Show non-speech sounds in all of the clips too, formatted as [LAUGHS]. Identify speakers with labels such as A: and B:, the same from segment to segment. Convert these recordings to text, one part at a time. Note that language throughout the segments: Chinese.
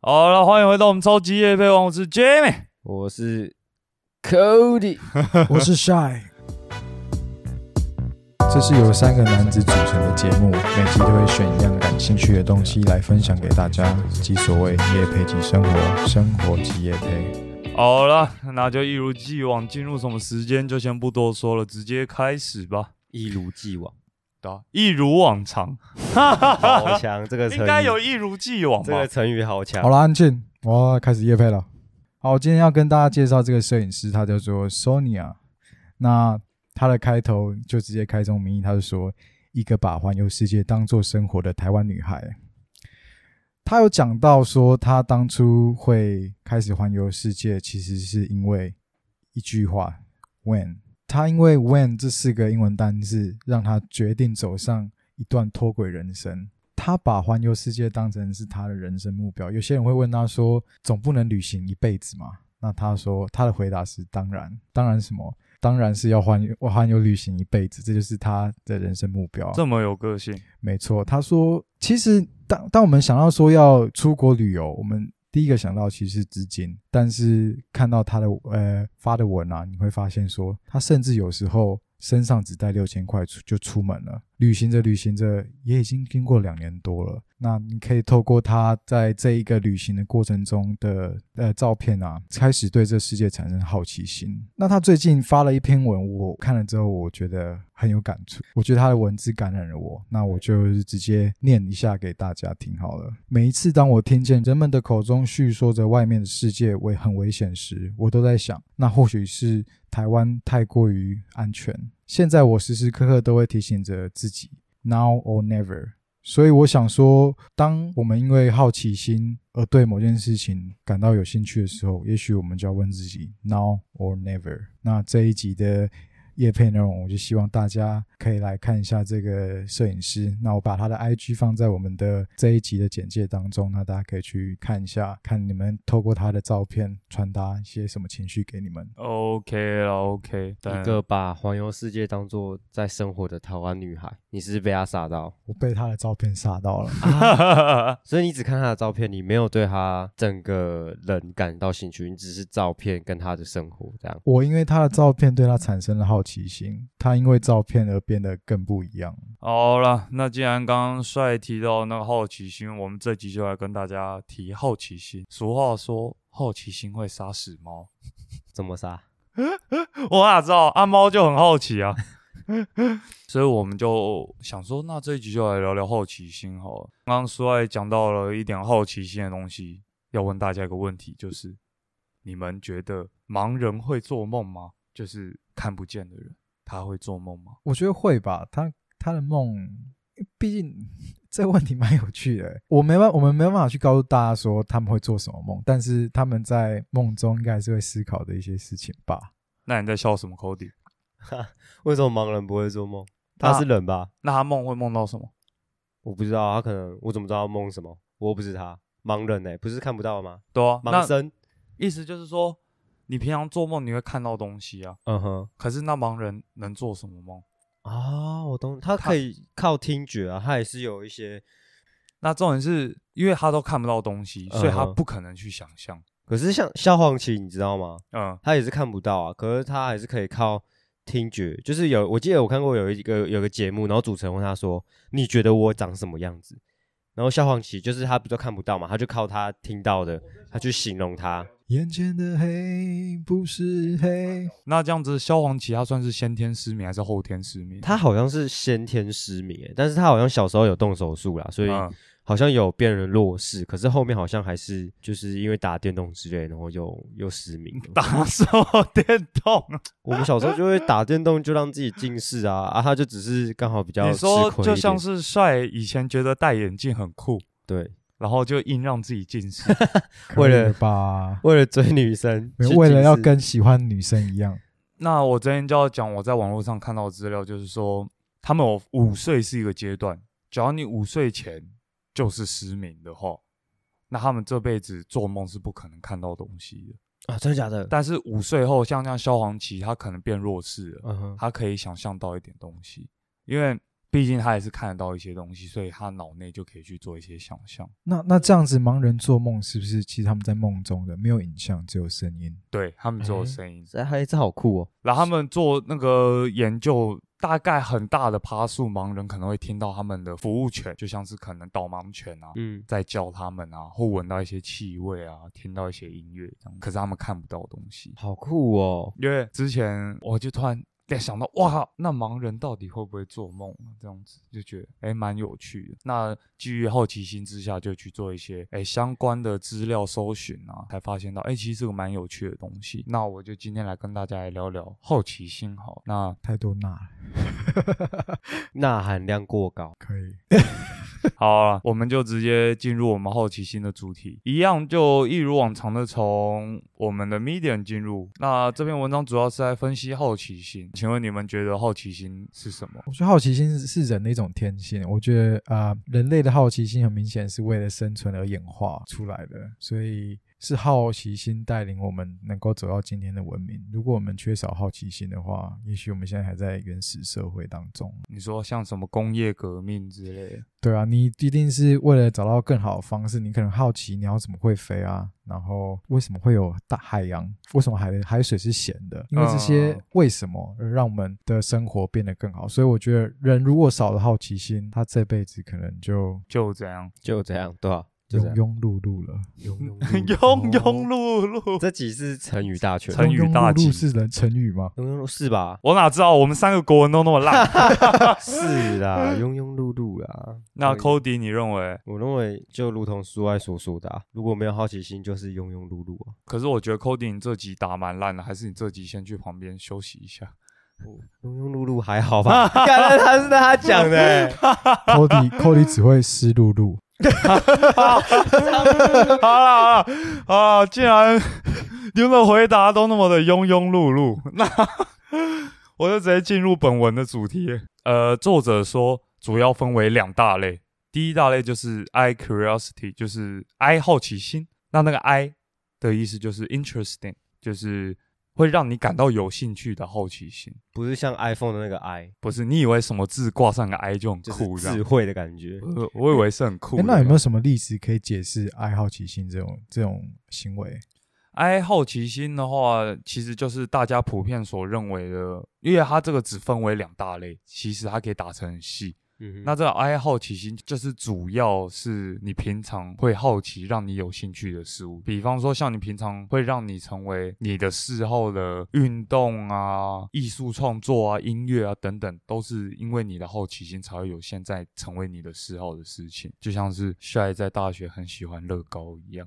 A: 好了，欢迎回到我们超级夜配王，我是 Jamie。
B: 我是 Cody，
C: [LAUGHS] 我是 Shy。这是由三个男子组成的节目，每集都会选一样感兴趣的东西来分享给大家，即所谓夜配即生活，生活即夜配。
A: 好了，那就一如既往，进入什么时间就先不多说了，直接开始吧。
B: 一如既
A: [LAUGHS]
B: 往。
A: 对啊，一如往常，
B: 好强，这个成语
A: 应该有一如既往
B: 这
A: 吧
B: 个？成语好强。
C: 好了，安静，我要开始夜配了。好，今天要跟大家介绍这个摄影师，他叫做 Sonia。那他的开头就直接开宗明义，他就说一个把环游世界当做生活的台湾女孩。他有讲到说，他当初会开始环游世界，其实是因为一句话 “when”。他因为 “when” 这四个英文单字，让他决定走上一段脱轨人生。他把环游世界当成是他的人生目标。有些人会问他说：“总不能旅行一辈子嘛？”那他说，他的回答是：“当然，当然什么？当然是要环游环游旅行一辈子，这就是他的人生目标。”
A: 这么有个性，
C: 没错，他说，其实当当我们想到说要出国旅游，我们第一个想到其实是资金，但是看到他的呃发的文啊，你会发现说，他甚至有时候身上只带六千块出就出门了，旅行着旅行着也已经经过两年多了。那你可以透过他在这一个旅行的过程中的呃照片啊，开始对这世界产生好奇心。那他最近发了一篇文，我看了之后，我觉得很有感触。我觉得他的文字感染了我，那我就是直接念一下给大家听好了。每一次当我听见人们的口中叙说着外面的世界危很危险时，我都在想，那或许是台湾太过于安全。现在我时时刻刻都会提醒着自己，now or never。所以我想说，当我们因为好奇心而对某件事情感到有兴趣的时候，也许我们就要问自己，now or never。那这一集的夜配内容，我就希望大家可以来看一下这个摄影师。那我把他的 IG 放在我们的这一集的简介当中，那大家可以去看一下，看你们透过他的照片传达一些什么情绪给你们。
A: OK 啦，OK，但
B: 一个把环游世界当做在生活的台湾女孩，你是不是被她傻到，
C: 我被他的照片吓到了。
B: 所以你只看她的照片，你没有对她整个人感到兴趣，你只是照片跟她的生活这样。
C: 我因为他的照片对他产生了好奇心，他因为照片而变得更不一样。
A: [LAUGHS] 好了，那既然刚刚帅提到那个好奇心，我们这集就来跟大家提好奇心。俗话说，好奇心会杀死猫。
B: 怎么杀？
A: [LAUGHS] 我哪知道？啊，猫就很好奇啊， [LAUGHS] 所以我们就想说，那这一集就来聊聊好奇心好了。刚刚苏爱讲到了一点好奇心的东西，要问大家一个问题，就是你们觉得盲人会做梦吗？就是看不见的人，他会做梦吗？
C: 我觉得会吧，他他的梦，毕竟这个问题蛮有趣的。欸我没办，我们没办法去告诉大家说他们会做什么梦，但是他们在梦中应该还是会思考的一些事情吧。
A: 那你在笑什么，Cody？
B: 为什么盲人不会做梦？他是人吧？
A: 那他梦会梦到什么？
B: 我不知道，他可能我怎么知道他梦什么？我又不是他，盲人呢、欸不是看不到吗？
A: 对啊，
B: 盲
A: 那
B: 僧。
A: 意思就是说，你平常做梦你会看到东西啊，
B: 嗯哼。
A: 可是那盲人能做什么梦？
B: 啊，我懂，他
A: 他
B: 可以靠听觉啊，他也是有一些，
A: 那重点是因为他都看不到东西，所以他
B: 嗯哼
A: 不可能去想象。
B: 可是像萧煌奇，你知道吗？
A: 嗯，
B: 他也是看不到啊，可是他还是可以靠听觉，就是有我记得我看过有一个有个节目，然后主持人问他说：“你觉得我长什么样子？”然后萧煌奇就是他不都看不到嘛，他就靠他听到的，他去形容他。
C: 眼前的黑不是黑，
A: 那这样子，萧煌奇他算是先天失明还是后天失明？
B: 他好像是先天失明欸，但是他好像小时候有动手术啦，所以
A: 嗯
B: 好像有变成弱视，可是后面好像还是就是因为打电动之类，然后又又失明了。
A: [LAUGHS] 打手电动，
B: 我们小时候就会打电动，就让自己近视啊啊，他就只是刚好比较
A: 你
B: 吃
A: 说
B: 亏一
A: 就像
B: 点
A: 是帅以前觉得戴眼镜很酷，
B: 对，
A: 然后就硬让自己近
B: [LAUGHS]
A: 视。
B: 为
C: 为
B: 了
C: 了吧，
B: 为了追女生，
C: 没有
B: 去
C: 为了
B: 近
C: 要
B: 视
C: 跟喜欢女生一样，
A: 那我之前就要讲，我在网络上看到的资料，就是说他们有五岁是一个阶段，只要你五岁前就是失明的话，那他们这辈子做梦是不可能看到东西的。
B: 啊，真的假的？
A: 但是五岁后，像像萧煌奇，他可能变弱势了，
B: 嗯哼，
A: 他可以想象到一点东西，因为。毕竟他也是看得到一些东西，所以他脑内就可以去做一些想象。
C: 那那这样子，盲人做梦是不是其实他们在梦中的没有影像，只有声音？
A: 对他们只有
B: 诶
A: 声音，
B: 这还这好酷哦，
A: 然后他们做那个研究，大概很大的趴数盲人可能会听到他们的服务犬，就像是可能导盲犬啊，
B: 嗯，
A: 在叫他们啊，或闻到一些气味啊，听到一些音乐这样，可是他们看不到东西。
B: 好酷哦，
A: 因为之前我就突然在想到，哇，那盲人到底会不会做梦啊？这样子就觉得哎，诶蛮有趣的。那基于好奇心之下，就去做一些哎相关的资料搜寻啊，才发现到哎，诶其实这个蛮有趣的东西。那我就今天来跟大家来聊聊好奇心好了。那
C: 太多钠了，
B: 钠含量过高，
C: 可以。
A: 好啊，我们就直接进入我们好奇心的主题，一样就一如往常的从我们的 Medium 进入。那这篇文章主要是在分析好奇心，请问你们觉得好奇心是什么？
C: 我觉得好奇心是是人的一种天性，我觉得啊、呃人类的好奇心很明显是为了生存而演化出来的，所以是好奇心带领我们能够走到今天的文明。如果我们缺少好奇心的话，也许我们现在还在原始社会当中。
A: 你说像什么工业革命之类的，
C: 对啊，你一定是为了找到更好的方式，你可能好奇鸟怎么会飞啊，然后为什么会有大海洋，为什么海的海水是咸的，因为这些
A: 嗯
C: 为什么而让我们的生活变得更好。所以我觉得人如果少了好奇心，他这辈子可能就
A: 就这
B: [LAUGHS]
A: 样，
B: 就这样，对吧？就
C: 庸
B: 这样，
C: 庸碌碌了。
B: [LAUGHS] 庸庸
A: 庸庸碌碌。
B: 这集是成语大全，
A: 成语
C: 庸庸
A: 大
C: 碌
A: 忌？
C: 碌是人成语吗？
B: 庸庸碌是吧
A: [LAUGHS] 我哪知道我们三个国文都那么
B: [LAUGHS]
A: 烂？
B: 是啦，庸庸碌碌啦。
A: 那
B: 可以
A: Cody 你认为？
B: 我认为就如同书外所说的、啊，如果没有好奇心，就是庸庸碌碌啊。
A: 可是我觉得 Cody 你这集打蛮烂的，还是你这集先去旁边休息一下？
B: 庸庸碌碌还好吧？看来他是他讲的、欸， [LAUGHS]
C: Cody Cody 只会湿漉漉，
A: [LAUGHS] 好啦好啦啊！既然你们的回答都那么的庸庸碌碌， [LAUGHS] 那我就直接进入本文的主题。呃，作者说主要分为两大类，第一大类就是 I curiosity，就是 I 好奇心。那那个 I 的意思就是 interesting，就是会让你感到有兴趣的好奇心，
B: 不是像 iPhone 的那个 i，
A: 不是你以为什么字挂上个 I 就很
B: 就是
A: 酷这
B: 智
A: 样。
B: 慧的感觉。
A: 我我以为是很酷
C: 诶
A: 的。
C: 那有没有什么例子可以解释爱好奇心这种这种行为？
A: I 哎好奇心的话，其实就是大家普遍所认为的，因为它这个只分为两大类，其实它可以打成很细。
B: 嗯
A: 那这个 I 好奇心就是主要是你平常会好奇让你有兴趣的事物，比方说像你平常会让你成为你的嗜好的运动啊、艺术创作啊、音乐啊等等，都是因为你的好奇心才会有现在成为你的嗜好的事情，就像是帅在大学很喜欢乐高一样。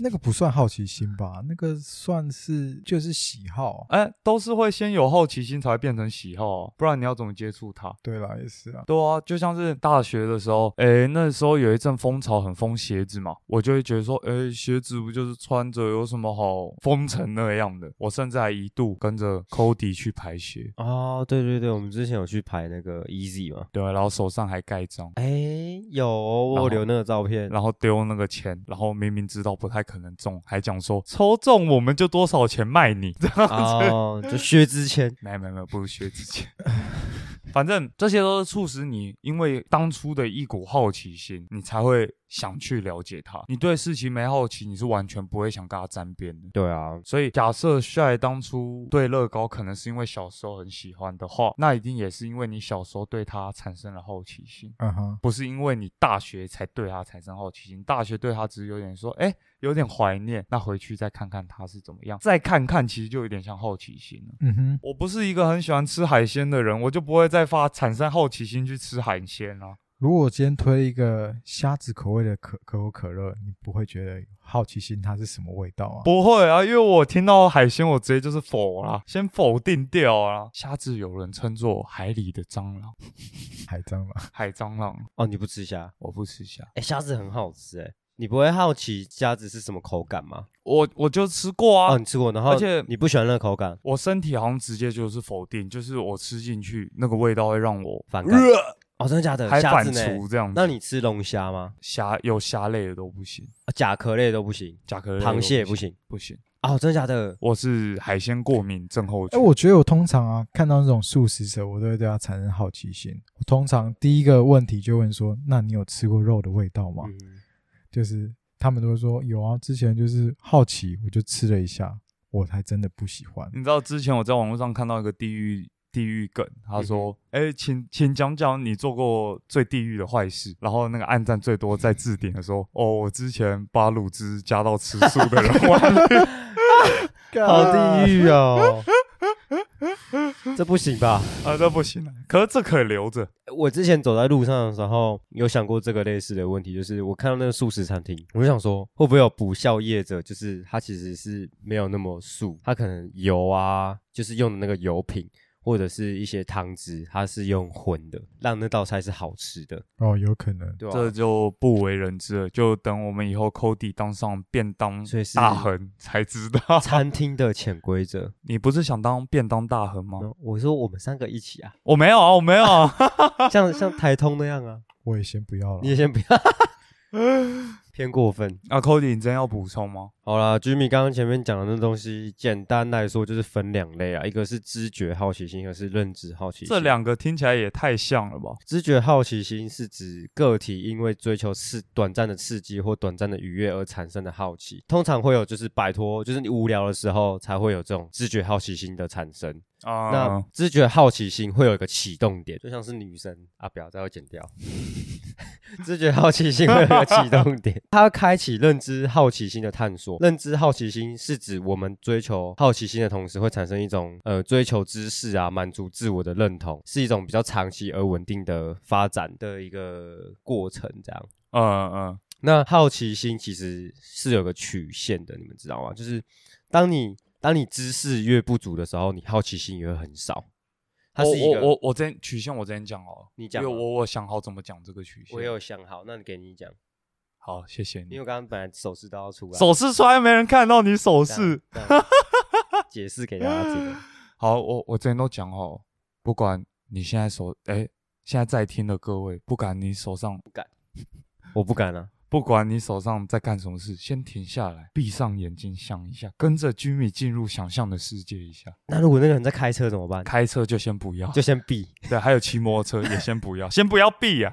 C: 那个不算好奇心吧？那个算是就是喜好。啊
A: 哎，都是会先有好奇心才会变成喜好、啊，不然你要怎么接触它？
C: 对啦，也是啊。
A: 对啊，就像是大学的时候，哎，那时候有一阵风潮很疯鞋子嘛，我就会觉得说，哎，鞋子不就是穿着有什么好疯成那样的？我甚至还一度跟着 Cody 去排鞋，
B: 哦，对对对，我们之前有去排那个 Easy 嘛？
A: 对啊、然后手上还盖章，
B: 哎、有哦，我
A: 然后
B: 有留那个照片。
A: 然后丢那个钱，然后明明知道不太可能中，还讲说抽中我们就多少钱卖你， [LAUGHS] 这
B: [LAUGHS]
A: 样
B: 哦，就薛之谦，
A: 没有没有没有，不如学之前。反正这些都是促使你，因为当初的一股好奇心，你才会想去了解它。你对事情没好奇，你是完全不会想跟它沾边的。
B: 对啊，
A: 所以，假设帅当初对乐高可能是因为小时候很喜欢的话，那一定也是因为你小时候对它产生了好奇心，
C: 嗯哼，
A: 不是因为你大学才对它产生好奇心。大学对它只是有点说，哎，有点怀念，那回去再看看它是怎么样，再看看，其实就有点像好奇心了。
C: 嗯哼，
A: 我不是一个很喜欢吃海鲜的人，我就不会再发产生好奇心去吃海鲜啊。
C: 如果我今天推一个虾子口味的可可口可乐，你不会觉得好奇心它是什么味道啊？
A: 不会啊，因为我听到海鲜，我直接就是否啦，先否定掉啊。虾子有人称作海里的蟑螂，
C: 海蟑螂，
A: 海蟑螂，
B: 哦，你不吃虾？
A: 我不吃虾，
B: 哎、虾子很好吃哎、你不会好奇虾子是什么口感吗？
A: 我我就吃过啊。
B: 哦，你吃过，然后
A: 而且
B: 你不喜欢那个口感，
A: 我身体好像直接就是否定，就是我吃进去那个味道会让我
B: 反感
A: 呃
B: 哦，真的假的？
A: 还
B: 虾
A: 反
B: 子呢？
A: 刍这样子。
B: 那你吃龙虾吗？
A: 虾有虾类的都不行，
B: 啊甲壳类都不行，
A: 甲壳类的
B: 螃蟹
A: 都
B: 不
A: 不行，
B: 行
A: 不行。
B: 哦，真的假的？
A: 我是海鲜过敏症候
C: 哎、
A: 群。
C: 我觉得我通常啊，看到那种素食者，我都会对他产生好奇心。我通常第一个问题就问说：“那你有吃过肉的味道吗？”
B: 嗯，
C: 就是他们都会说有啊，之前就是好奇，我就吃了一下，我还真的不喜欢。
A: 你知道之前我在网络上看到一个地狱地狱梗，
B: 嗯
A: 他说：“哎、请请讲讲你做过最地狱的坏事。”然后那个暗赞最多在置顶的说：“哦，我之前把卤汁加到吃素的人
B: [LAUGHS]
A: 碗里。
B: 好地狱哦，这不行吧？”
A: 啊，这不行了，可是这可以留着。
B: 我之前走在路上的时候，有想过这个类似的问题，就是我看到那个素食餐厅，我就想说，会不会有补效业者，就是他其实是没有那么素，他可能油啊，就是用的那个油品或者是一些汤汁，它是用混的，让那道菜是好吃的，
C: 哦，有可能。
B: 对
A: [LAUGHS]
B: 吧、啊
A: 这就不为人知了，就等我们以后 Cody 当上便当
B: 所以是
A: 大亨才知道。 [LAUGHS]
B: 餐厅的潜规则。
A: 你不是想当便当大亨吗？
B: 然后我说我们三个一起啊，
A: 我没有啊，我没有啊。 [LAUGHS]
B: 像像台通那样啊，
C: 我也先不要了。
B: 你也先不要，偏过分。
A: 啊，Cody，你真要补充吗？
B: 好啦，Jimmy 刚刚前面讲的那东西，简单来说就是分两类啊，一个是知觉好奇心，一个是认知好奇心。
A: 这两个听起来也太像了吧？
B: 知觉好奇心是指个体因为追求刺短暂的刺激或短暂的愉悦而产生的好奇，通常会有就是摆脱，就是你无聊的时候才会有这种知觉好奇心的产生。
A: 啊、
B: 那知觉好奇心会有一个启动点，就像是女生啊，不要再要剪 [LAUGHS] 掉。知觉好奇心会有一个启动点， [LAUGHS] 它会开启认知好奇心的探索。认知好奇心是指我们追求好奇心的同时，会产生一种呃追求知识啊，满足自我的认同，是一种比较长期而稳定的发展的一个过程。这样，
A: 嗯嗯，
B: 那好奇心其实是有个曲线的，你们知道吗？就是当你当你知识越不足的时候，你好奇心也会很少。它是一
A: 我
B: 个，
A: 我我我之前曲线我之前讲好了，
B: 你讲
A: 因为
B: 吗
A: 我我想好怎么讲这个曲线。
B: 我也有想好，那你给你讲，
A: 好，谢谢
B: 因
A: 你
B: 为。我刚刚本来手势都要出来，
A: 手势出来没人看到你手
B: 这样
A: 势。
B: 这
A: [LAUGHS]
B: 样解释给大家知道。
A: 好，我我之前都讲好了，不管你现在手哎、现在在听的各位，不管你手上
B: 我不敢啊，
A: 不管你手上在干什么事，先停下来，闭上眼睛想一下，跟着 Jimmy 进入想象的世界一下。
B: 那如果那个人在开车怎么办？
A: 开车就先不要，
B: 就先避。
A: 对，还有骑摩托车也先不要，先不要避啊。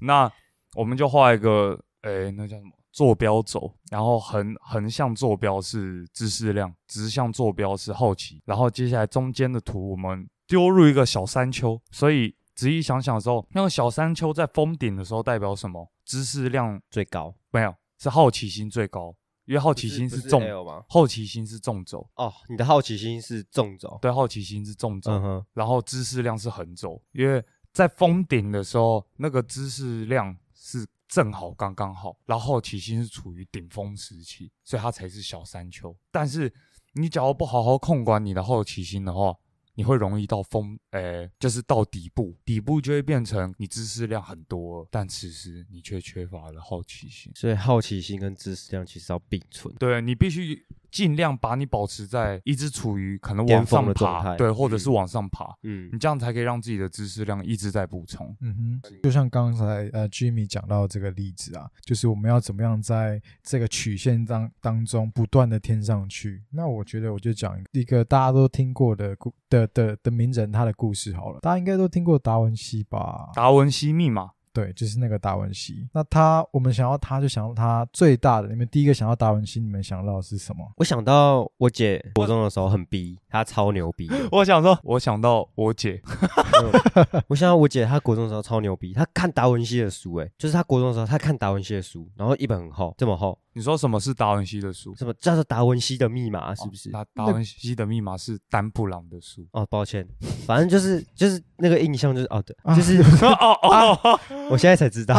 A: 那我们就画一个，诶、那叫什么坐标轴，然后横横向坐标是知识量，直向坐标是好奇，然后接下来中间的图我们丢入一个小山丘，所以仔细想想的时候，那个小山丘在峰顶的时候代表什么？知识量
B: 最高，
A: 没有，是好奇心最高，因为好奇心
B: 不不
A: 纵，
B: L 吗？
A: 好奇心是纵轴，
B: 哦，你的好奇心是纵轴。
A: 对，好奇心是纵轴。
B: 嗯哼，
A: 然后知识量是横轴，因为在封顶的时候，那个知识量是正好刚刚好，然后好奇心是处于顶峰时期，所以它才是小山丘。但是你假如不好好控管你的好奇心的话，你会容易到峰，诶，就是到底部，底部就会变成你知识量很多了，但此时你却缺乏了好奇心。
B: 所以好奇心跟知识量其实要并存。
A: 对你必须尽量把你保持在一直处于可能往
B: 巅峰
A: 上
B: 的状
A: 爬，
B: 态
A: 对，或者是往上爬，
B: 嗯
A: 你这样才可以让自己的知识量一直在补充。
C: 嗯哼，就像刚才呃 Jimmy 讲到这个例子啊，就是我们要怎么样在这个曲线当当中不断的添上去。那我觉得我就讲一个大家都听过的故的的的名人他的故事好了，大家应该都听过达文西吧？
A: 达文西密码，
C: 对，就是那个达文西。那他我们想要他就想要他最大的，你们第一个想要达文西，你们想到的是什么？
B: 我想到我姐国中的时候很逼，她超牛逼的。
A: 我想说，我想到我姐，
B: 嗯 [LAUGHS] 我想到我姐她国中的时候超牛逼，她看达文西的书、欸，就是她国中的时候她看达文西的书，然后一本很厚，这么厚，
A: 你说什么是达文西的书？
B: 什么叫做达文西的密码是不是？。
A: 达达文西的密码是丹布朗的书
B: 哦，抱歉，反正就是就是那个印象就是哦，对，
C: 啊
B: 就是
A: [LAUGHS] 哦哦，
B: 我现在才知道，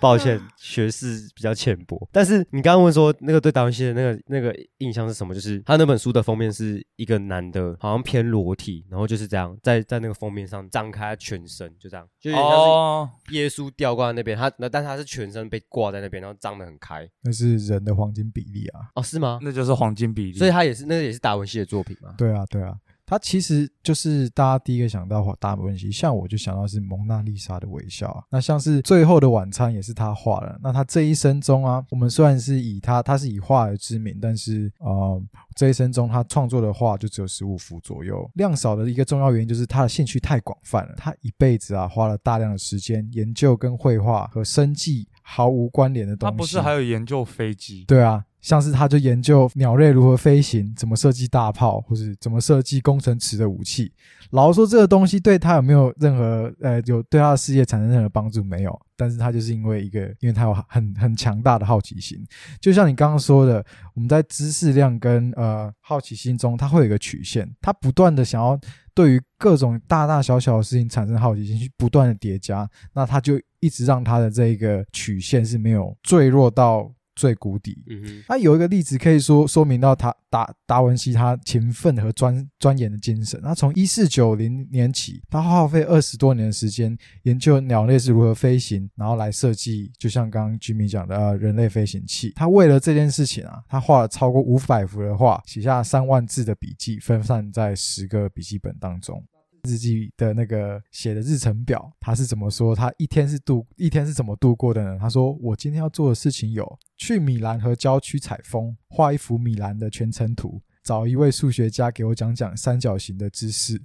B: 抱歉，学识比较浅薄。但是你刚刚问说那个对达文西的那个那个印象是什么？就是他那本书的封面是一个男的，好像偏裸体，然后就是这样在在那个封面上张开他全身，就这样，就有点像是
A: 哦，
B: 耶稣吊挂在那边，他那但是他是全身被挂在那边，然后张得很开
C: 那是人的黄金比例啊。
B: 哦，是吗？
A: 那就是黄金比例。
B: 所以他也是那个也是达文西的作品吗？
C: 对啊，对啊，它其实就是大家第一个想到达文西，像我就想到是蒙娜丽莎的微笑啊。那像是《最后的晚餐》也是他画的。那他这一生中啊，我们虽然是以他他是以画而知名，但是呃，这一生中他创作的画就只有十五幅左右。量少的一个重要原因就是他的兴趣太广泛了，他一辈子啊花了大量的时间研究跟绘画和生计毫无关联的东
A: 他
C: 西。
A: 不是还有研究飞机？
C: 对啊，像是他就研究鸟类如何飞行，怎么设计大炮，或是怎么设计工程池的武器。老实说，这个东西对他有没有任何呃，有对他的事业产生任何帮助没有？但是他就是因为一个，因为他有很很强大的好奇心，就像你刚刚说的，我们在知识量跟呃好奇心中，它会有一个曲线，它不断的想要对于各种大大小小的事情产生好奇心，去不断的叠加，那它就一直让它的这一个曲线是没有坠落到最谷底。
B: 嗯哼，
C: 那有一个例子可以说说明到他达达文西他勤奋和钻钻研的精神。他从一四九零年起，他耗费二十多年的时间研究鸟类是如何飞行，然后来设计，就像刚刚 Jimmy 讲的、呃、人类飞行器。他为了这件事情啊，他画了超过五百幅的画，写下三万字的笔记，分散在十个笔记本当中。日记的那个写的日程表，他是怎么说？他一天是度一天是怎么度过的呢？他说：“我今天要做的事情有去米兰和郊区采风，画一幅米兰的全程图，找一位数学家给我讲讲三角形的知识，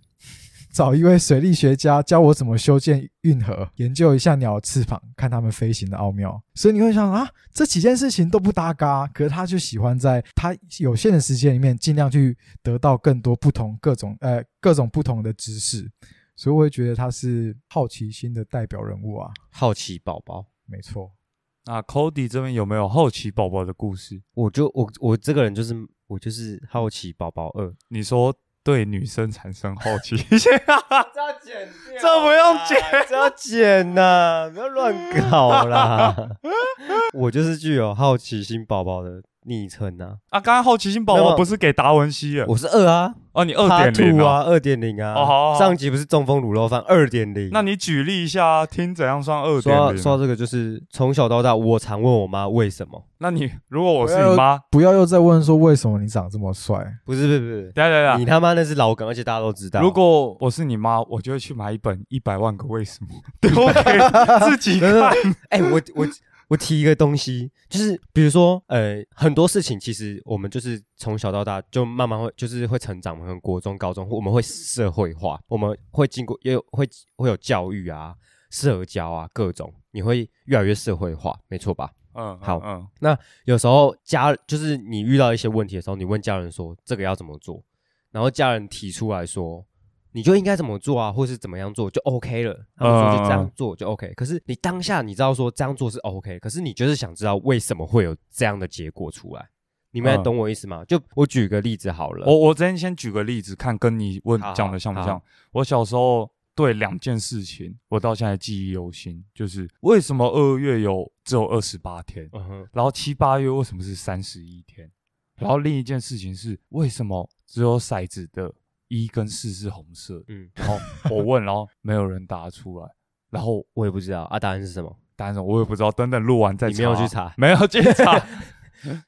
C: 找一位水力学家教我怎么修建运河，研究一下鸟的翅膀，看它们飞行的奥妙。”所以你会想啊，这几件事情都不搭嘎，可是他就喜欢在他有限的时间里面，尽量去得到更多不同各种呃各种不同的知识，所以我会觉得他是好奇心的代表人物啊，
B: 好奇宝宝，
C: 没错。
A: 那 Cody 这边有没有好奇宝宝的故事？
B: 我就我我这个人就是我就是好奇宝宝二，
A: 你说对女生产生好奇心
B: 这要剪掉，
A: 这不用剪，
B: 这要剪呐、不要乱
A: [LAUGHS]
B: 搞啦。我就是具有好奇心宝宝的昵称呐，
A: [LAUGHS] 啊？刚刚好奇心宝
B: 没有
A: 宝不是给达文西的
B: 我是二啊，
A: 哦？你二点零
B: Part two？啊，二点零啊，
A: 哦好好好
B: 上集不是中风卤肉饭二点零，
A: 那你举例一下啊，听怎样算二
B: 说
A: 点
B: 到说
A: 零？啊
B: 到这个，就是从小到大，我常问我妈为什么，
A: 那你如果我是你妈，
C: 不要又再问说为什么你长这么帅，
B: 不是不是不是，
A: 等一下等一下
B: 你他妈那是老梗，而且大家都知道。
A: 啊如果我是你妈，我就会去买一本《一百万个为
B: [LAUGHS]
A: 什么》丢给自己
B: 真的
A: 看。嗯
B: 哎、我我我提一个东西，就是比如说，呃，很多事情其实我们就是从小到大就慢慢会，就是会成长，我们国中、高中，我们会社会化，我们会经过也有会会有教育啊、社交啊各种，你会越来越社会化，没错吧？
A: 嗯，嗯
B: 好
A: 嗯，
B: 有时候家就是你遇到一些问题的时候，你问家人说这个要怎么做，然后家人提出来说你就应该怎么做啊，或是怎么样做就 OK 了。他们说就这样做就 OK，、可是你当下你知道说这样做是 OK，可是你就是想知道为什么会有这样的结果出来，你们
A: 嗯哦
B: 懂我意思吗？就我举个例子好了，
A: 我我今天先举个例子，看跟你问
B: 好好
A: 讲的像不像
B: 好。
A: 我小时候对两件事情，我到现在记忆犹新，就是为什么二月有只有二十八天，
B: 嗯哼，
A: 然后七八月为什么是三十一天，然后另一件事情是为什么只有骰子的一跟四是红色的，
B: 嗯，
A: 然后我问，然后没有人答出来，然后
B: 我也不知道啊，答案是什么？
A: 答案是我也不知道，等等录完再
B: 你
A: 查。
B: 没有去查
A: 没有去查。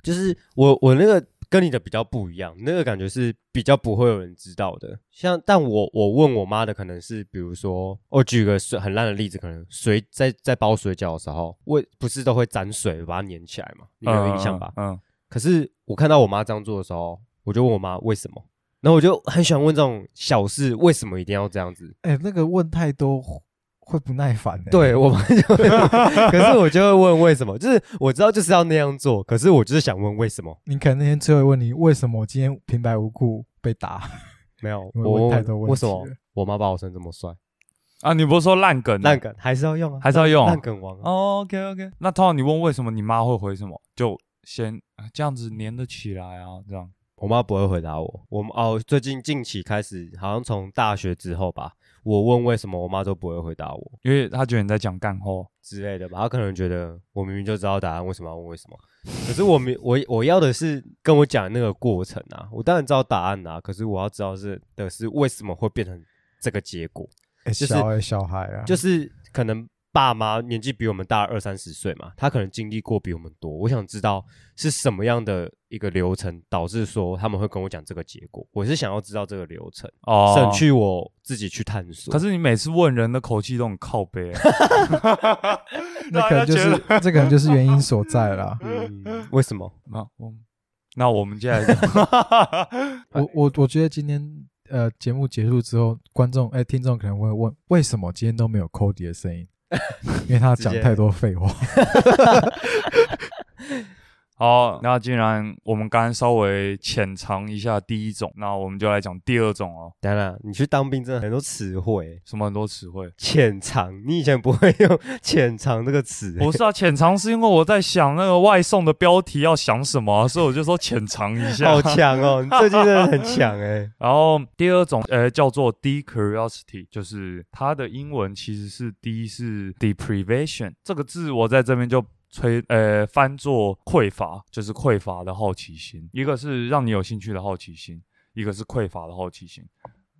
B: 就是我我那个跟你的比较不一样，那个感觉是比较不会有人知道的。像但我我问我妈的可能是，比如说我举个水很烂的例子，可能水在在包水饺的时候，我不是都会沾水把它粘起来嘛， [LAUGHS] 你有印象吧？
A: 嗯，嗯
B: 可是我看到我妈这样做的时候，我就问我妈为什么，然后我就很喜欢问这种小事，为什么一定要这样子？
C: 哎，那个问太多会不耐烦欸的、
B: 对我妈就会问， [LAUGHS] 可是我就会问为什么，就是我知道就是要那样做，可是我就是想问为什么。
C: 你可能那天最后问你为什么我今天平白无故被打，
B: 没有，
C: 因为
B: 我
C: 问太
B: 问
C: 多问
B: 为
C: 题
B: 什么
C: 了
B: 我妈把我生这么帅？
A: 啊，你不是说烂梗？
B: 烂梗还是要用啊，
A: 还是要用
B: 烂梗王啊。
A: 哦，OK，OK、o k OK，那通常你问为什么，你妈会回什么？就先啊这样子粘得起来啊，这样。
B: 我妈不会回答我，我哦，最近近期开始，好像从大学之后吧，我问为什么，我妈都不会回答我
A: 因为她觉得你在讲干货，
B: 之类的吧。她可能觉得我明明就知道答案，为什么要问为什么？可是我明我我要的是跟我讲那个过程啊，我当然知道答案啦、啊可是我要知道是的是为什么会变成这个结果，
C: [LAUGHS] 哎，
B: 就是
C: 小哎小孩啊，
B: 就是可能爸妈年纪比我们大二三十岁嘛，他可能经历过比我们多。我想知道是什么样的一个流程导致说他们会跟我讲这个结果。我是想要知道这个流程，
A: 哦，
B: 省去我自己去探索。
A: 可是你每次问人的口气都很靠背、
B: [LAUGHS]
A: 啊，
C: [LAUGHS] 那可能就是
A: 大家觉得
C: 这可能就是原因所在 [LAUGHS] 啦。
B: 嗯，为什么？ [LAUGHS]
A: 那我那我们接下来讲
C: 我我我觉得今天呃节目结束之后，观众哎、听众可能会问为什么今天都没有 Cody 的声 [LAUGHS] 音，因为他讲
B: 直接
C: 太多废话。
A: 好，那既然我们刚刚稍微浅尝一下第一种，那我们就来讲第二种哦。
B: 当然，你去当兵真的很多词汇，
A: 什么很多词汇？
B: 潜藏。你以前不会用“潜藏”这个词、
A: [LAUGHS]
B: 欸
A: 不是啊，浅尝是因为我在想那个外送的标题要想什么啊、所以我就说浅尝一下
B: 好。强哦！你最近真的很强哎、
A: 然后第二种，呃，叫做 de curiosity，就是它的英文其实是 d 是 deprivation 这个字，我在这边就吹，呃，翻作匮乏，就是匮乏的好奇心。一个是让你有兴趣的好奇心，一个是匮乏的好奇心。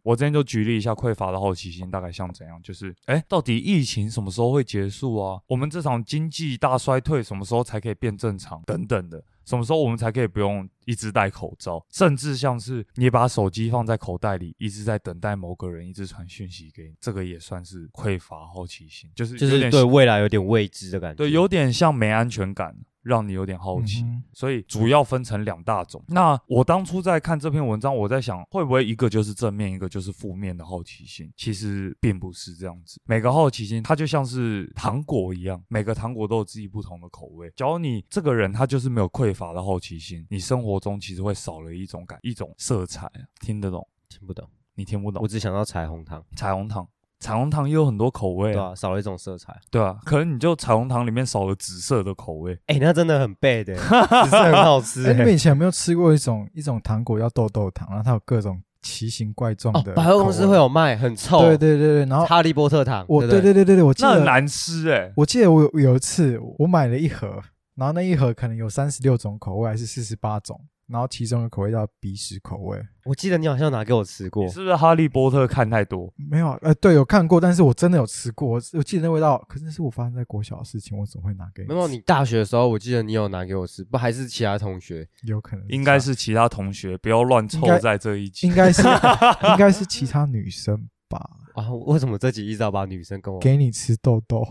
A: 我之前就举例一下匮乏的好奇心大概像怎样，就是哎，到底疫情什么时候会结束啊？我们这场经济大衰退什么时候才可以变正常？等等的，什么时候我们才可以不用一直戴口罩？甚至像是你把手机放在口袋里，一直在等待某个人一直传讯息给你，这个也算是匮乏好奇心，就是
B: 就
A: [LAUGHS] 有
B: 是
A: 点
B: 对
A: 像
B: 未来有点未知的感觉。
A: 对，有点像没安全感，让你有点好奇。
C: 嗯哼
A: 所以主要分成两大种。那我当初在看这篇文章，我在想，会不会一个就是正面，一个就是负面的好奇心？其实并不是这样子。每个好奇心，它就像是糖果一样，每个糖果都有自己不同的口味。假如你这个人他就是没有匮乏的好奇心，你生活中其实会少了一种感，一种色彩。啊听得懂？
B: 听不懂，
A: 你听不懂
B: 我？只想到彩虹糖，
A: 彩虹糖。彩虹糖也有很多口味
B: 对
A: 啊，
B: 啊，少了一种色彩。
A: 对啊，可能你就彩虹糖里面少了紫色的口味，
B: 哎、那真的很背 [LAUGHS] 的、只是很好吃、
C: 哎、
B: 欸。
C: 你们以前有没有吃过一种一种糖果叫豆豆糖，然后它有各种奇形怪状
B: 哦
C: 的、，
B: 百货公司会有哦卖，很臭。
C: 对对对对，然后
B: 哈利波特糖，
C: 我
B: 对
C: 对对对对，我记
A: 那很
C: 得
A: 难吃哎、
C: 我记得我有有一次我买了一盒，然后那一盒可能有三十六种口味还是四十八种，然后其中有口味叫鼻屎口味，
B: 我记得你好像拿给我吃过
A: 你，是不是哈利波特看太多？
C: 没有啊，呃，对，有看过，但是我真的有吃过，我我记得那味道，可是那是我发生在国小的事情，我怎么会拿给你吃？
B: 没有？你大学的时候，我记得你有拿给我吃，不还是其他同学？
C: 有可能
A: 应该
C: 这
A: 是其他同学，不要乱凑
C: 应该
A: 在这一集。
C: 样，应该是应该是其他女生吧，
B: 啊，为什么这集一直要把女生跟我
C: 给你吃豆豆。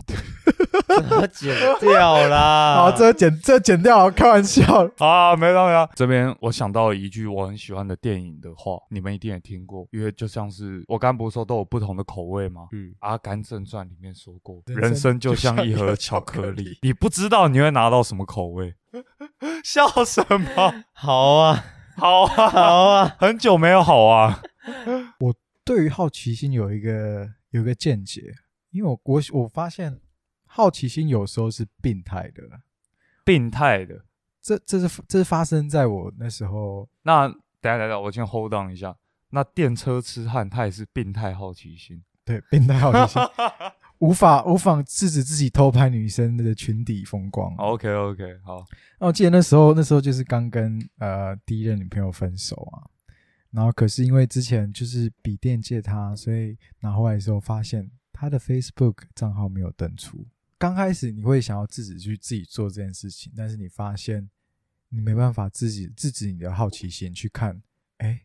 B: [LAUGHS] 剪掉啦？
C: [LAUGHS] 好，这剪这剪掉，开玩笑。
A: [LAUGHS] 啊，没有没有。这边我想到一句我很喜欢的电影的话，你们一定也听过，因为就像是我刚不是说都有不同的口味吗？
B: 嗯，
A: 《阿甘正传》里面说过，
C: 人生
A: 人生就像一
C: 就像一
A: 盒
C: 盒
A: 巧
C: 巧
A: 克
C: 克力
A: 力，你不知道你会拿到什么口味。笑什么？
B: 好
C: [LAUGHS]
B: 啊，
A: 好啊，
B: 好啊，
A: 很久没有好啊。
C: 对于好奇心有一个有一个见解，因为我我我发现好奇心有时候是病态的，
A: 病态的。
C: 这这是这是发生在我那时候，
A: 那等一下等一下，我先 hold on 一下。那电车痴汉他也是病态好奇心。
C: 对病态好奇心， [LAUGHS] 无法无法制止自己偷拍女生的裙底风光。
A: OK OK，好。
C: 那我记得那时候，那时候就是刚跟呃第一任女朋友分手啊，然后可是因为之前就是笔电借她，所以拿回来的时候发现她的 Facebook 账号没有登出。刚开始你会想要制止去自己做这件事情，但是你发现你没办法自己制止你的好奇心去看，哎，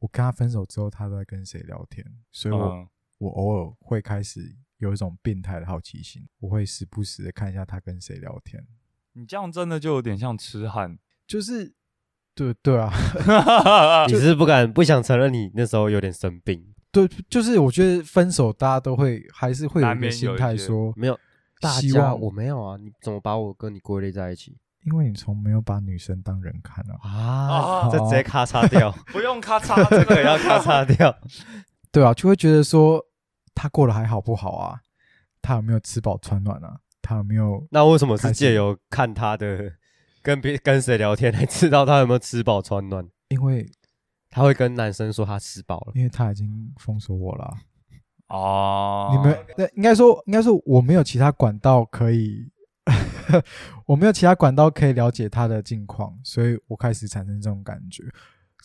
C: 我跟她分手之后，她都在跟谁聊天，所以我、
A: 嗯
C: 我偶尔会开始有一种变态的好奇心，我会时不时的看一下她跟谁聊天。
A: 你这样真的就有点像痴汉，
C: 就是对对啊，
B: 你是不是不敢不想承认你那时候有点生病，
C: 对，就是我觉得分手大家都会还是会有
A: 难
C: 一个
A: 免有
C: 心
A: 一
C: 态
A: 些
C: 说，
B: 没有？大
C: 希
B: 家
C: 望
B: 我没有啊，你怎么把我跟你归类在一起
C: 因为你从没有把女生当人看啊，
B: 啊？
A: 啊
B: 这直接咔嚓掉，
A: 不用咔嚓，这
B: [LAUGHS] 这个也要咔嚓掉。
C: 对啊，就会觉得说他过得还好不好啊，他有没有吃饱穿暖啊，他有没有
B: 那为什么是
C: 开
B: 借
C: 心
B: 由看他的跟别跟谁聊天来知道他有没有吃饱穿暖？
C: 因为
B: 他会跟男生说他吃饱了，
C: 因为他已经封锁我了啊、
A: 哦，
C: 你们那应该说应该说我没有其他管道可以。 [LAUGHS] 我没有其他管道可以了解他的近况，所以我开始产生这种感觉。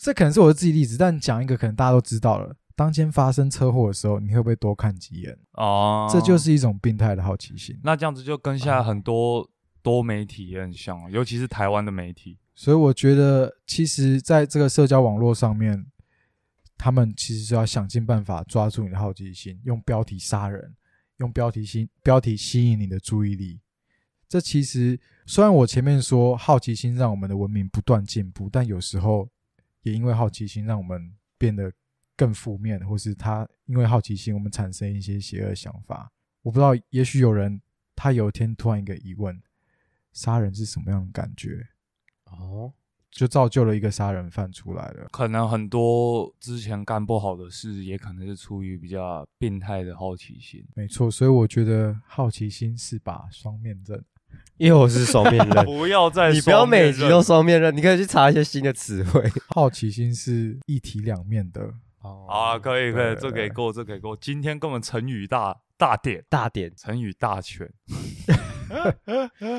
C: 这可能是我的自己例子，但讲一个可能大家都知道了。当天发生车祸的时候，你会不会多看几眼？
A: 哦，
C: 这就是一种病态的好奇心。
A: 那这样子就跟现在很多多媒体也很像，尤其是台湾的媒体。
C: 所以我觉得，其实在这个社交网络上面，他们其实是要想尽办法抓住你的好奇心，用标题杀人，用标题吸标题吸引你的注意力。这其实虽然我前面说好奇心让我们的文明不断进步，但有时候也因为好奇心让我们变得更负面，或是他因为好奇心我们产生一些邪恶想法。我不知道，也许有人他有一天突然一个疑问：杀人是什么样的感觉？
B: 哦，
C: 就造就了一个杀人犯出来了。
A: 可能很多之前干不好的事，也可能是出于比较病态的好奇心。
C: 没错，所以我觉得好奇心是把双面刃。
B: 又是双面刃，
A: [LAUGHS] 不要再
B: 你不要每集
A: 集
B: 都双面刃，你可以去查一些新的词汇。
C: 好奇心是一体两面的。
B: 哦
A: 好啊，可以可
C: 对
A: 以，
C: 对
A: 这给过，这给过。今天根本成语大大典，
B: 大点，
A: 成语大全。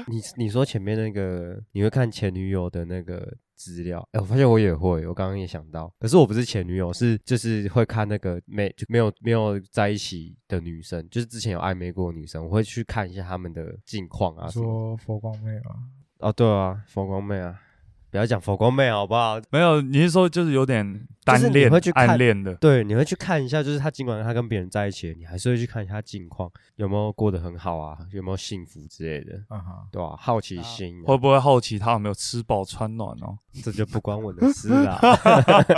B: 你你说前面那个，你会看前女友的那个资料？哎，我发现我也会，我刚刚也想到，可是我不是前女友，是就是会看那个没就没有没有在一起的女生，就是之前有暧昧过的女生，我会去看一下她们的近况啊
C: 你
B: 什么的。
C: 说佛光妹吗？
B: 哦，对啊，佛光妹啊，不要讲佛光妹好不好？
A: 没有，你是说就是有点单
B: 就是你
A: 恋
B: 会去、看
A: 暗恋的？
B: 对，你会去看一下，就是她尽管她跟别人在一起了，你还是会去看一下她近况有没有过得很好啊，有没有幸福之类的，
C: 啊哈，
B: 对啊？好奇心、啊，
A: 会不会好奇他有没有吃饱穿暖哦？
B: 这就不关我的事啦， [LAUGHS]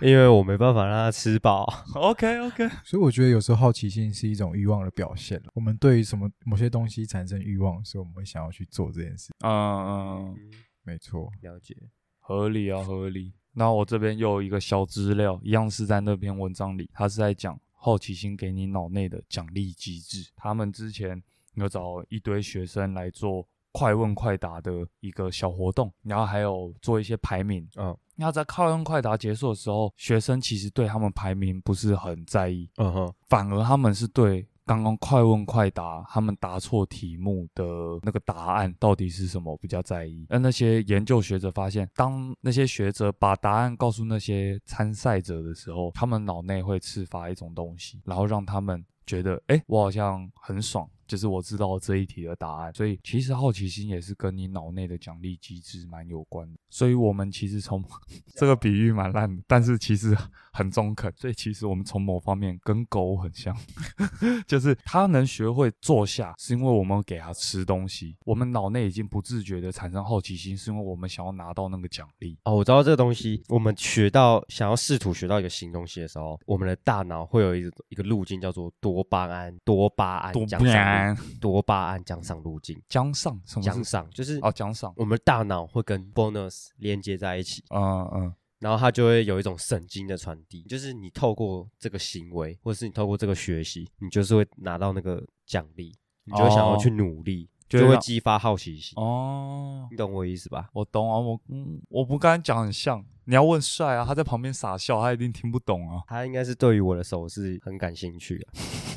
B: 因为我没办法让他吃饱。
A: OK OK，
C: 所以我觉得有时候好奇心是一种欲望的表现。我们对于什么某些东西产生欲望，所以我们会想要去做这件事。
A: 嗯嗯，
C: 没错，
B: 了解。
A: 合理啊合理。那我这边又有一个小资料，一样是在那篇文章里，他是在讲好奇心给你脑内的奖励机制。他们之前有找一堆学生来做快问快答的一个小活动，然后还有做一些排名，
B: 嗯
A: 那在快问快答结束的时候，学生其实对他们排名不是很在意，
B: 嗯哼，
A: 反而他们是对刚刚快问快答他们答错题目的那个答案到底是什么比较在意。那那些研究学者发现，当那些学者把答案告诉那些参赛者的时候，他们脑内会刺发一种东西，然后让他们觉得，哎，我好像很爽。就是我知道这一题的答案，所以其实好奇心也是跟你脑内的奖励机制蛮有关的。所以我们其实
B: [LAUGHS]
A: 从这个比喻蛮烂的，但是其实很中肯。所以其实我们从某方面跟狗很像， [LAUGHS] 就是它能学会坐下，是因为我们给它吃东西。我们脑内已经不自觉的产生好奇心，是因为我们想要拿到那个奖励。
B: 哦，我知道这个东西，我们学到想要试图学到一个新东西的时候，我们的大脑会有一个一个路径叫做多巴胺，多巴胺
A: 多
B: 奖
A: 巴
B: 赏
A: 胺
B: 路，多巴胺奖赏路径，
A: 奖赏什
B: 奖
A: 么是？
B: 赏就是
A: 哦，奖赏。
B: 我们的大脑会跟 bonus 连接在一起，
A: 嗯嗯，
B: 然后它就会有一种神经的传递，就是你透过这个行为，或是你透过这个学习，你就是会拿到那个奖励，你就会想要去努力，
A: 哦就
B: 就
A: 会
B: 会
A: 让
B: 激发好奇心。
A: 哦，
B: 你懂我意思吧？
A: 我懂啊，我嗯，我不敢讲很像。你要问帅啊，他在旁边傻笑，他一定听不懂啊。
B: 他应该是对于我的手势很感兴趣的。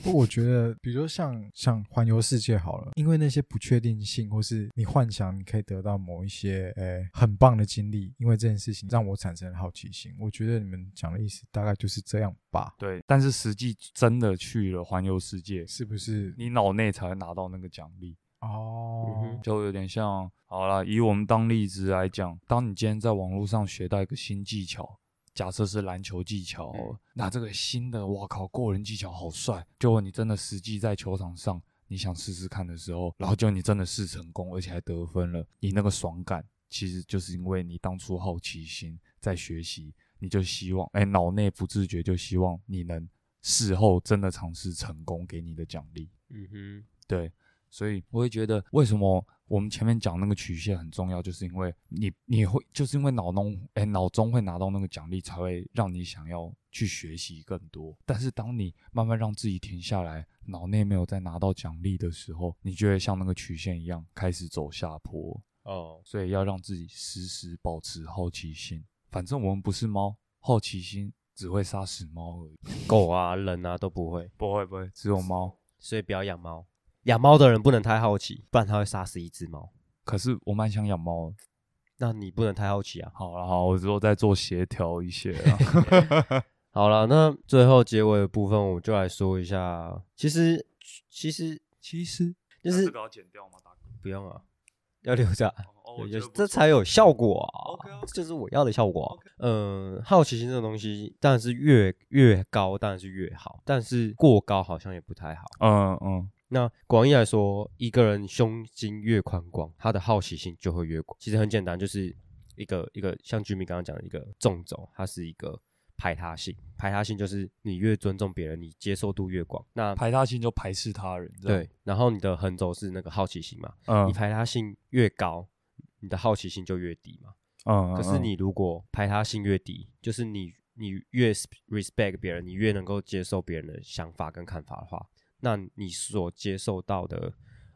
C: 不过我觉得，比如说像像环游世界好了，因为那些不确定性，或是你幻想你可以得到某一些呃很棒的经历，因为这件事情让我产生了好奇心。我觉得你们讲的意思大概就是这样吧，
A: 对，但是实际真的去了环游世界，
C: 是不是？
A: 你脑内才会拿到那个奖励。
C: 哦
B: 嗯，哼
A: 就有点像，好啦，以我们当例子来讲，当你今天在网络上学到一个新技巧，假设是篮球技巧好了，
B: 嗯
A: 那这个新的，哇靠，过人技巧好帅，结果你真的实际在球场上，你想试试看的时候，然后就你真的试成功，而且还得分了，你那个爽感，其实就是因为你当初好奇心在学习，你就希
B: [LAUGHS]
A: 望，哎、脑内不自觉就希望你能事后真的尝试成功给你的奖励。
B: 嗯哼，
A: 对，所以我会觉得，为什么我们前面讲那个曲线很重要，就是因为你你会就是因为脑中哎脑中会拿到那个奖励，才会让你想要去学习更多。但是当你慢慢让自己停下来，脑内没有再拿到奖励的时候，你就会像那个曲线一样开始走下坡。
B: 哦，
A: 所以要让自己时时保持好奇心。反正我们不是猫，好奇心只会杀死猫而已，
B: [LAUGHS] 狗啊、人啊都不会，
A: 不会不会，只有猫。
B: 所以不要养猫。养猫的人不能太好奇，不然他会杀死一只猫。
A: 可是我蛮想养猫的。
B: 那你不能太好奇啊。
A: 好了好，我之后再做协调一些啊。
B: 好了，那最后结尾的部分，我就来说一下。其实，其实
A: 其实
B: [LAUGHS] 就
A: 那
B: 是
A: 这个要剪掉吗？大哥，
B: 不用啊，要留着啊、
A: 哦哦，我
B: 有
A: 觉得
B: 有这
A: 不错
B: 才有效果啊
A: OK，OK
B: 这就是我要的效果、啊。嗯，好奇心这种东西，当然是越越高，当然是越好，但是过高好像也不太好。
A: 嗯嗯，
B: 那广义来说，一个人胸襟越宽广，他的好奇心就会越广。其实很简单，就是一个一个像居民刚刚讲的一个纵轴，它是一个排他性。排他性就是你越尊重别人，你接受度越广。那
A: 排他性就排斥他人，这样，
B: 对，然后你的横轴是那个好奇心嘛，
A: 嗯
B: 你排他性越高，你的好奇心就越低嘛。
A: 嗯，嗯
B: 可是
A: 嗯
B: 你如果排他性越低，就是你你越 sp- respect 别人，你越能够接受别人的想法跟看法的话，那你所接受到的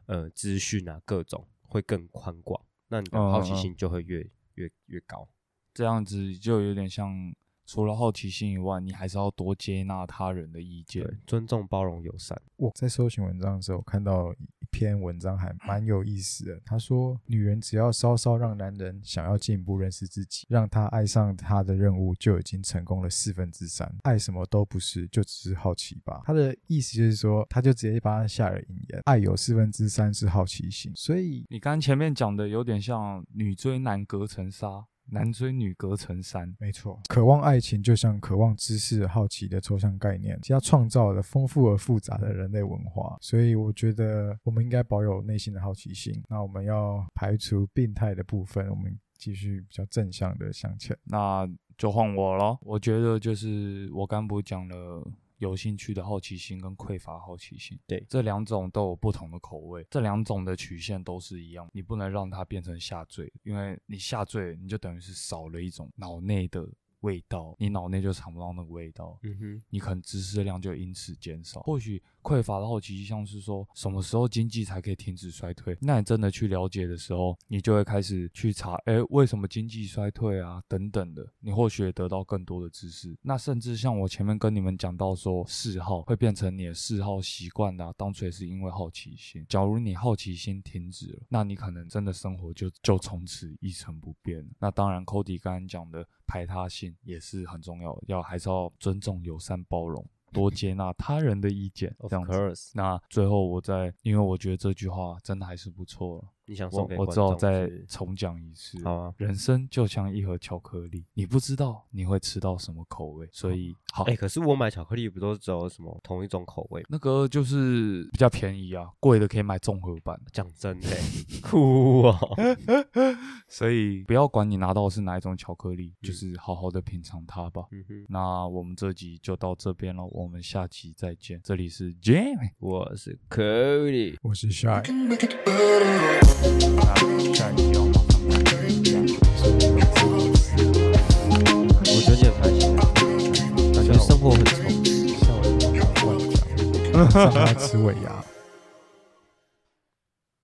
B: 呃资讯啊各种会更宽广，那你的好奇
A: 嗯嗯嗯
B: 心就会越越越高。
A: 这样子就有点像，除了好奇心以外，你还是要多接纳他人的意见
B: 对。，尊重、包容、友善。
C: 我在搜寻文章的时候看到一篇文章，还蛮有意思的。他说，女人只要稍稍让男人想要进一步认识自己，让他爱上他的任务，就已经成功了四分之三。爱什么都不是，就只是好奇吧。他的意思就是说，他就直接帮他下了引言，爱有四分之三是好奇心，所以
A: 你刚前面讲的有点像女追男隔层纱，男追女隔层山。
C: 没错，渴望爱情就像渴望知识、好奇的抽象概念，其它创造了丰富而复杂的人类文化。所以我觉得我们应该保有内心的好奇心。那我们要排除病态的部分，我们继续比较正向的向前。
A: 那就换我咯，我觉得就是我刚不讲了。有兴趣的好奇心跟匮乏好奇心，
B: 对
A: 这两种都有不同的口味，这两种的曲线都是一样，你不能让它变成下坠，因为你下坠，你就等于是少了一种脑内的味道，你脑内就尝不到那个味道。
B: 嗯哼，
A: 你可能知识量就因此减少。或许匮乏的好奇心像是说，什么时候经济才可以停止衰退？那你真的去了解的时候，你就会开始去查，诶，为什么经济衰退啊？等等的，你或许也得到更多的知识。那甚至像我前面跟你们讲到说，啊嗜好会变成你的嗜好习惯啦、当初也是因为好奇心。假如你好奇心停止了，那你可能真的生活就就从此一成不变了。那当然，Cody 刚刚讲的排他性也是很重要的，要还是要尊重、友善、包容，多接纳他人的意见，
B: [LAUGHS] Of
A: 这样子。
B: course，
A: 那最后我再，因为我觉得这句话真的还是不错了，
B: 你想
A: 我
B: 送给
A: 我
B: 观
A: 只好
B: 众
A: 再
B: 是
A: 重讲一次。
B: 好啊。
A: 人生就像一盒巧克力，你不知道你会吃到什么口味，所以好，
B: 哎、可是我买巧克力不都只有什么同一种口味？
A: 那个就是比较便宜啊，贵的可以买综合版，
B: 讲真
A: [LAUGHS]
B: 的、酷哦！
A: 所以不要管你拿到的是哪一种巧克力，就是好好的品尝它吧。
B: 嗯哼，
A: 那我们这集就到这边了，我们下期再见。这里是 Jam，
B: 我是 Cody。
C: 我是 Shy。
A: 下一集要马上来
B: 我觉得你很开心啊，感觉生活很充实。
C: 下午晚上要吃尾牙。